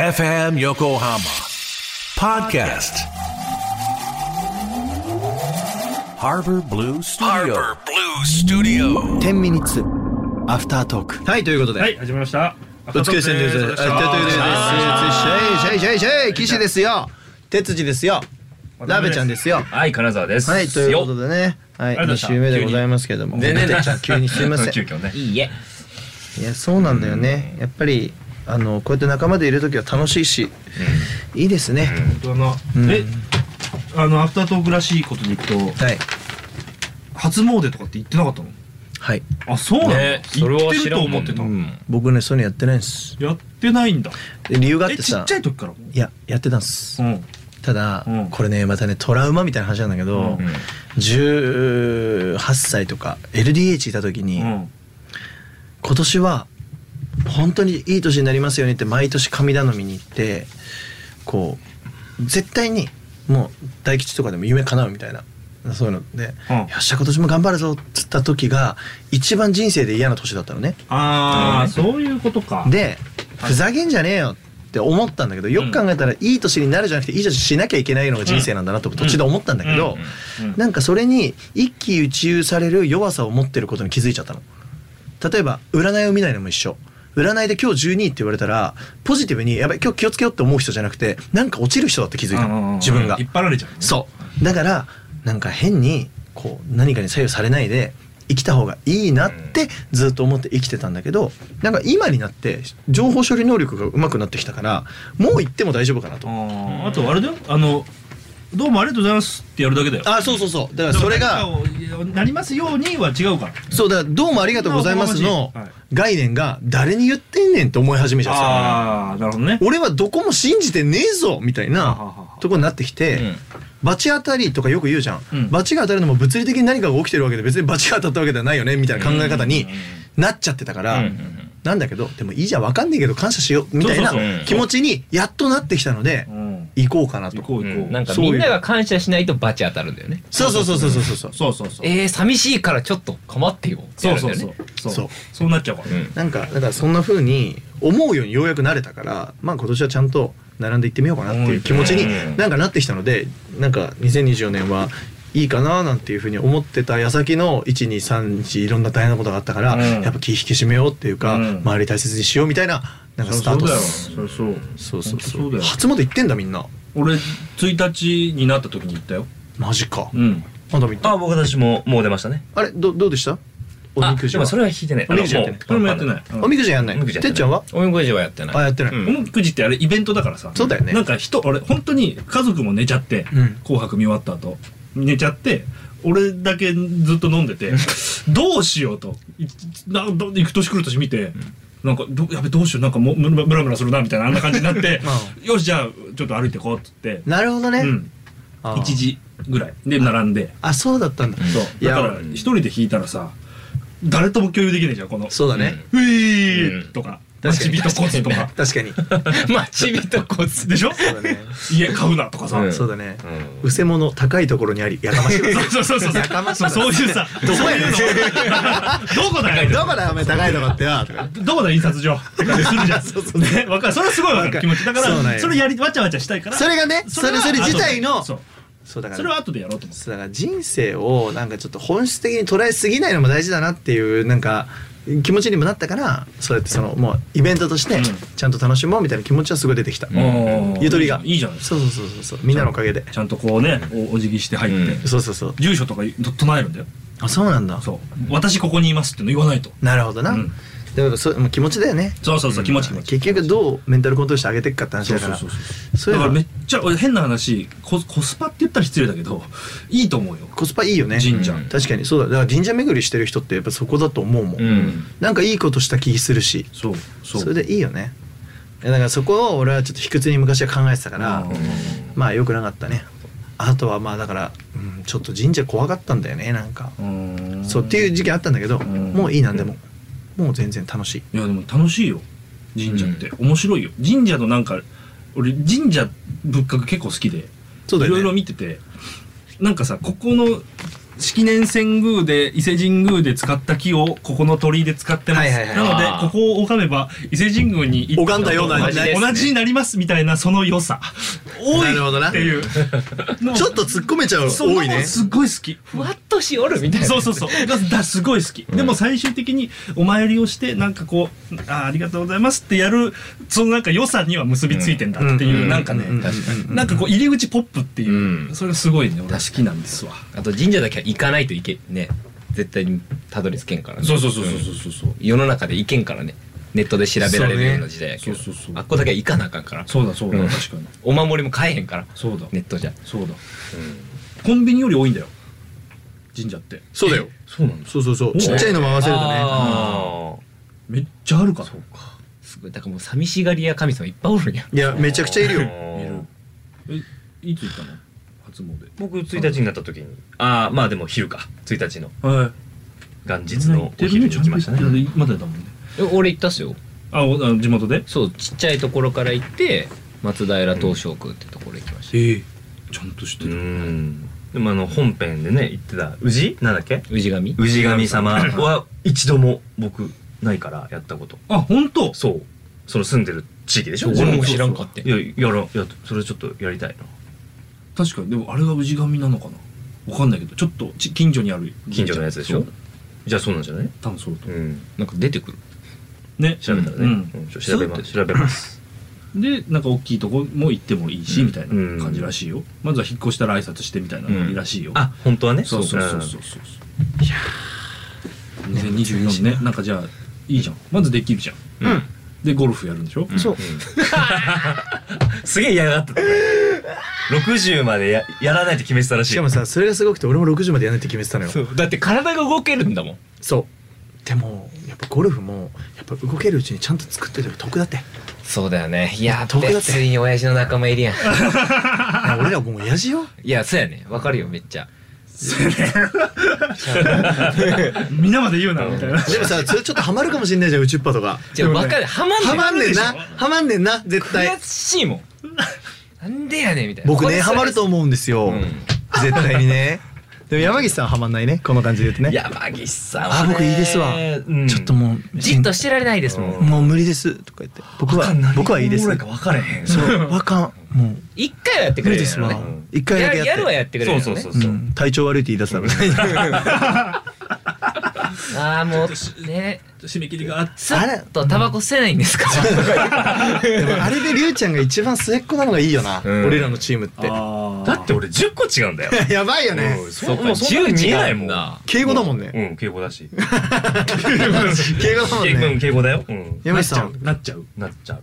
FM Yokohama Podcast Harbor Blue Studio 天ミニッツアフタートークはいということで、はい、始まりました。お疲れ様ですお疲れ様したあということでシェイシェイシェイシェイ岸ですよ哲司ですよラベちゃんですよはい、金沢です。はいということで。でねはいあり2がとうございました週目でございますけどもでねね哲ちゃん急にすいません 急遽ね。いいえ。いやそうなんだよねやっぱりあのこうやって仲間でいる時は楽しいし、いいですね、あの、んえ、あのアフタートークらしいことでいくと、はい初詣とかって行ってなかったの？はいあ、そうなの。ね、それ行っはて知るらとん思ってた。うん僕ねそういうのやってないんですやってないんだ。で理由があっえ、てちっさちゃい時からも。いややってたんです、うん。ただ、うんこれねまたねトラウマみたいな話なんだけど、うん18歳とか LDH いた時に、うん。今年は本当にいい年になりますようにって毎年神頼みに行ってこう絶対にもう大吉とかでも夢叶うみたいなそういうので、うんよっしゃ今年も頑張るぞっつった時が一番人生で嫌な年だったのね。ああ、そういうことか。でふざけんじゃねえよって思ったんだけどよく考えたらいい年になるじゃなくていい年しなきゃいけないのが人生なんだなと途中で思ったんだけどうんうんなんかそれに一喜一憂される弱さを持ってることに気づいちゃったの。例えば占いを見ないのも一緒。占いで今日12位って言われたらポジティブにやばい今日気をつけようって思う人じゃなくてなんか落ちる人だって気づいたうんうんうんの自分が引っ張られちゃう、ね。そうだからなんか変にこう何かに左右されないで生きた方がいいなってずっと思って生きてたんだけどなんか今になって情報処理能力が上手くなってきたからもう行っても大丈夫かなとあーあとあれだよ。あの、どうもありがとうございますってやるだけだよ。あそうそうそうだからそれが何かをなりますようには違うから。そうだからどうもありがとうございますのはい概念が誰に言ってんねんって思い始めちゃうんですよああ、なるほどね。俺はどこも信じてねえぞみたいははなはとこになってきて、うん罰当たりとかよく言うじゃん、うん罰が当たるのも物理的に何かが起きてるわけで別に罰が当たったわけではないよねみたいな考え方になっちゃってたから、うんうんうんなんだけどでもいいじゃんわかんねえけど感謝しようみたいなそうそうそう気持ちにやっとなってきたのでうん。行こうかな行とこうう行こう。んなんかそういうみんなが感謝しないとバチ当たるんだよね。そうそうそうそうそうそうそうそうそうそう。えー、寂しいからちょっと構ってよ。そうそうそうってそうそうそうなっちゃうから、やるんだよね。なんかだからそんな風に思うようにようやく慣れたからまあ今年はちゃんと並んでいってみようかなっていう気持ちうんになんかなってきたのでなんか2024年はいいかななんていう風に思ってた矢先の123日いろんな大変なことがあったから、うんやっぱ気引き締めようっていうか、うん周り大切にしようみたいななんかスタートですそうだよそれそうそうそうそう本当そうだよ初詣行ってんだみんな俺1日になった時に行ったよマジか、んまだ見たああ、僕私ももう出ましたね。れどどうでしたおみくじあではもそれは引いてない。おみくじやってないこれもやってない、うんおみくじやんないおみくじやってないてっちゃんはおみくじはやってない。あやってない、うんおみくじってあれイベントだからさそうだよねなんか人俺本当に家族も寝ちゃって、うん紅白見終わった後寝ちゃって俺だけずっと飲んでてどうしようといなど行く年来る年見て、なんかどやべどうしようなんかもむむらむらするなみたいなあんな感じに なって、よしじゃあちょっと歩いてこうっつって、なるほどね、うん、あー1時ぐらいで並んであそうだったんだ、そういだやから一人で弾いたらさ誰とも共有できないじゃんこのそうだね、 「ウィーうんとか「確待かちにびとコツ」とか確かに。 まちびとこつ。でしょそうだね。家買うなとかさ、うんそうだね。うせもの高いところにあり、やかましい。 どそうそうそうそうやかましいそうそういうさどこそうやいねんうのどこだよこだよ、お前高いとこってよ。とかどこだよ印刷所って感じするじゃん そうそうそうねわかるそれはすごいわかわかるる気持ちだかそうなんらよそれやりわちゃわちゃしたいからそれがね、それ、はそれ自後で体の。そうそうだかそれら。は後でやろうと思ってそうだから人生をなんかちょっと本質的に捉えすぎないのも大事だなっていうなんか気持ちにもなったからそうやってそのもうイベントとしてちゃんと楽しもうみたいな気持ちはすごい出てきた、おーゆとりがいいじゃないですかそうそうそうそうそうみんなのおかげでちゃんとこうねおお辞儀して入って、うんそうそうそう住所とか唱えるんだよあそうなんだそう私ここにいますっての言わないとなるほどな、うんだからそうもう気持ちだよねそうそうそう気持ち気持ち結局どうメンタルコントロールして上げていくかって話そうだかそうらそうそそうういだえばからめっちゃ俺変な話ココスパって言ったら失礼だけどいいと思うよコスパいいよね神社うん確かにそうだだから神社巡りしてる人ってやっぱそこだと思うもん、うん。なんかいいことした気するしそうそそうれでいいよねいやだからそこを俺はちょっと卑屈に昔は考えてたから、うんまあ良くなかったねあとはまあだから、うん、ちょっと神社怖かったんだよねなんか、うんそうっていう時期あったんだけど、んもういいなんでも、もう全然楽しいいやでも楽しいよ神社って、面白いよ神社のなんか俺神社仏閣結構好きでそうだいよろねいろ見ててなんかさここの式年遷宮で伊勢神宮で使った木をここの鳥居で使ってまはす、いはいはいなのでここを拝めば伊勢神宮に行った拝んだような同じね同じになりますみたいなその良さ多 なるほどいなって いうのちょっと突っ込めちゃうそんな多もんいねすっごい好きふわっとしおるみたいなそうそうそうがだすごい好き、でも最終的にお参りをしてなんかこうあーありがとうございますってやるそのなんか良さには結びついてんだっていう、うんなんかね、うん確かになんかこう入り口ポップっていう、うんそれすごいね俺好確かきなんですわあと神社だけは行かないといけね絶対にたどり着けんからねそうそうそうそうそうそう、うん世の中で行けんからねネットで調べられるような時代やけど、そうねそうそうそうあっこだけは行かなあかんからそうだそうだ、うん確かにお守りも買えへんからそうだネットじゃそうだ、コンビニより多いんだよ神社ってそうだよそうなんそうそうそうちっちゃいのも合わせるとねああめっちゃあるからすごいだからもう寂しがり屋神様いっぱいおるやんいやめちゃくちゃいるよいるえいつ行ったの初詣僕1日になった時にああまあでも昼か1日のはい元日のお昼に行きましたねまだだもんねえ俺行ったっすよあおあの地元でそうちっちゃいところから行って松平東照宮ってところ行きました、ええちゃんとしうてる、んでもあの本編でね言ってた宇治なんだっけ氏神宇治神様 は一度も僕ないからやったことあ本当そうその住んでる地域でしょ俺も知らんかっていややらんいやそれちょっとやりたいな確かにでもあれが氏神なのかなわかんないけどちょっとち近所にある近所のやつでしそょうじゃあそうなんじゃない多分そうだとう思んなんか出てくるうね調べたらね、ううんんちょっと調べます調べますでなんか大きいとこも行ってもいいし、みたいな感じらしいよまずは引っ越したら挨拶してみたいなのがいいらしいよ、あ本当はねそうそうそうそうそういやー2024ねなんかじゃあいいじゃんまずできるじゃんうんでゴルフやるんでしょ、そう、すげえ嫌がってたね60までややらないと決めてたらしいしかもさそれがすごくて俺も60までやんないって決めてたのよそうだって体が動けるんだもんそうでもやっぱゴルフもやっぱ動けるうちにちゃんと作っておいた方が得だってそうだよねいや遠くだって別に親父の仲間入りやんいや俺らもう親父よいやそうやねわかるよめっちゃ皆まで言うなみたいなでもさそれちょっとハマるかもしんないじゃん宇宙っぱとかじゃあわかるハマんねんハマんねんなハマるでしょハマんねんな絶対悔しい もんなんでやねんみたいな僕ねハマると思思うんですよ、ん絶対にねでも山岸さんはハマんないねこの感じで言うとね山岸さんはあね僕いいですわ、うんちょっともうじっとしてられないですもうんんもう無理ですとか言って僕は僕はいいです何がおもろいか分からへんそうわかんもう一回はやってく無れる理でやすろわねうん一回だやけやってやるはやってくれるそようねそうそううそう、ん、体調悪いって言い出したらああもうね締め切りがあってスッとタバコ吸えないんですかでもあれでりゅうちゃんが一番末っ子なのがいいよな、うん俺らのチームってだだって俺10個違うんだよ やばいよねうんそうもうそんなの見えないもんな敬語だもんねうん敬語だし敬 敬語だもん語うんね敬語だよ、うん、山岸ちさゃうんなっちゃうなっちゃう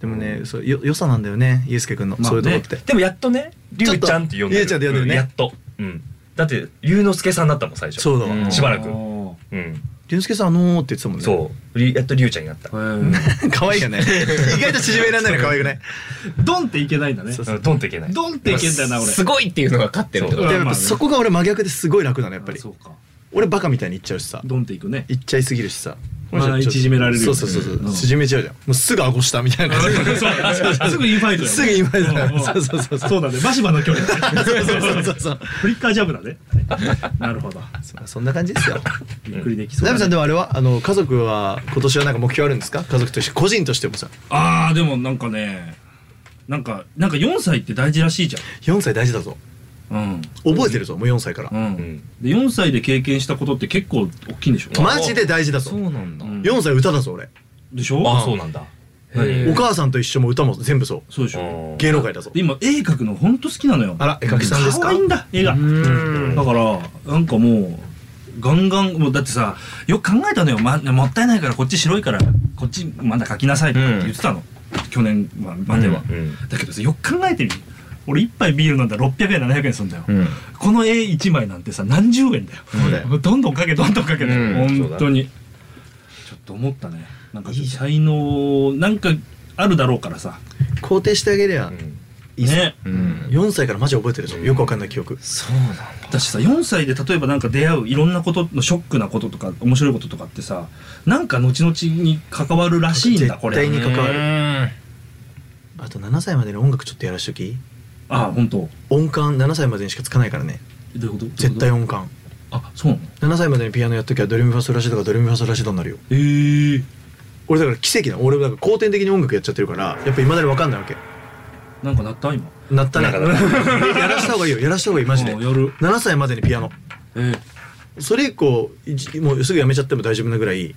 でもねそうよ良さなんだよねゆうすけくんの、そういうとこってでもやっとねりゅうちゃんって呼んでりゅうちゃんって呼んでるねうやっと、うん、だって龍之介さんだったもん最初そうだわ、うりんしばらくあーうんゅうすけさんあのーって言ってたもんねそうりやっとりゅうちゃんになったへーう 可愛いよね意外と縮められないの可愛くないドンっていけないんだねうんドンっていけないドンっていけんだよな俺すごいっていうのが勝ってるってことでもそうやっぱそこが俺真逆ですごい楽なのやっぱりそうか俺バカみたいに言っちゃうしさドンっていくね言っちゃいすぎるしさまあ縮められるよそねうそうそうそう、うん縮めちゃうじゃんもうすぐ顎下みたいな感じ すぐインファイトだよすぐ今だうんうんそうそうそうそうそうだねバシバの距離だ ねそうそうそうフリッカージャブだねなるほどそそんな感じですよびっくりできそうナだミねさんでもあれはあの家族は今年はなんか目標あるんですか家族として個人としてもさあーでもなんかねなんかなんか4歳って大事らしいじ4歳大事だぞゃん覚えてるぞもう4歳からうん、う、うんんで4歳で経験したことって結構大きいんでしょ、マジで大事だぞそうなんだうん4歳歌だぞ俺でしょあそうなんだへーお母さんと一緒も歌も全部そそうでしょおう芸能界だぞで今絵描くのほんと好きなのよあら絵描きさんですか可愛いんだ絵がんだからなんかもうガンガンもうだってさよく考えたのよ、ま、もったいないからこっち白いからこっちまだ描きなさいとかって言ってたの、去年ままでは、うんだけどさよく考えてみ俺一杯ビール飲んだら600円700円するんだよ、うんこの絵1枚なんてさ何十円だよそうだよも うどんどんかけどんどんかけて、うん本当にちょっと思ったねなんかちょっと才能なんかあるだろうからさ肯定してあげりゃいいぞねうん4歳からマジ覚えてるぞよくわかんない記憶そうなんだだしさ4歳で例えばなんか出会ういろんなことのショックなこととか面白いこととかってさなんか後々に関わるらしいんだこれ絶対に関わるるあと7歳までに音楽ちょっとやらしときああ本当音感7歳までにしかつかないからねどういうこと絶対音感あそうなの7歳までにピアノやっときゃドレミファソラシドがドレミファソラシドになるよえー、俺だから奇跡だ俺だから後天的に音楽やっちゃってるからやっぱいまだに分かんないわけなんかなった今なったね やらした方がいいよやらした方がいいマジであやる7歳までにピアノえー、それ以降いちもうすぐやめちゃっても大丈夫なぐらい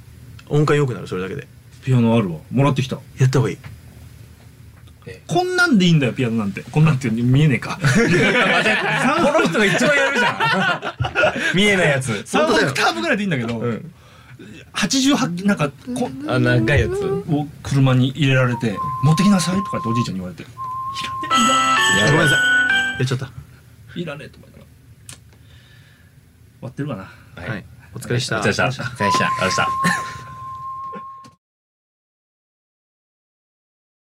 音感良くなるそれだけでピアノあるわもらってきたやった方がいいこんなんでいいんだよピアノなんてこんなんって見えね えかこの人が一番やるじゃん見えないやつ3オクターブぐらいでいいんだけど、ん88なんかこんあ長いやつを車に入れられて「持ってきなさい」とかっておじいちゃんに言われてごめんなさいやっちゃった「いらねえ」と思いながら終わってるかなはい、お疲れでしお疲れ様でした大したありがとうございました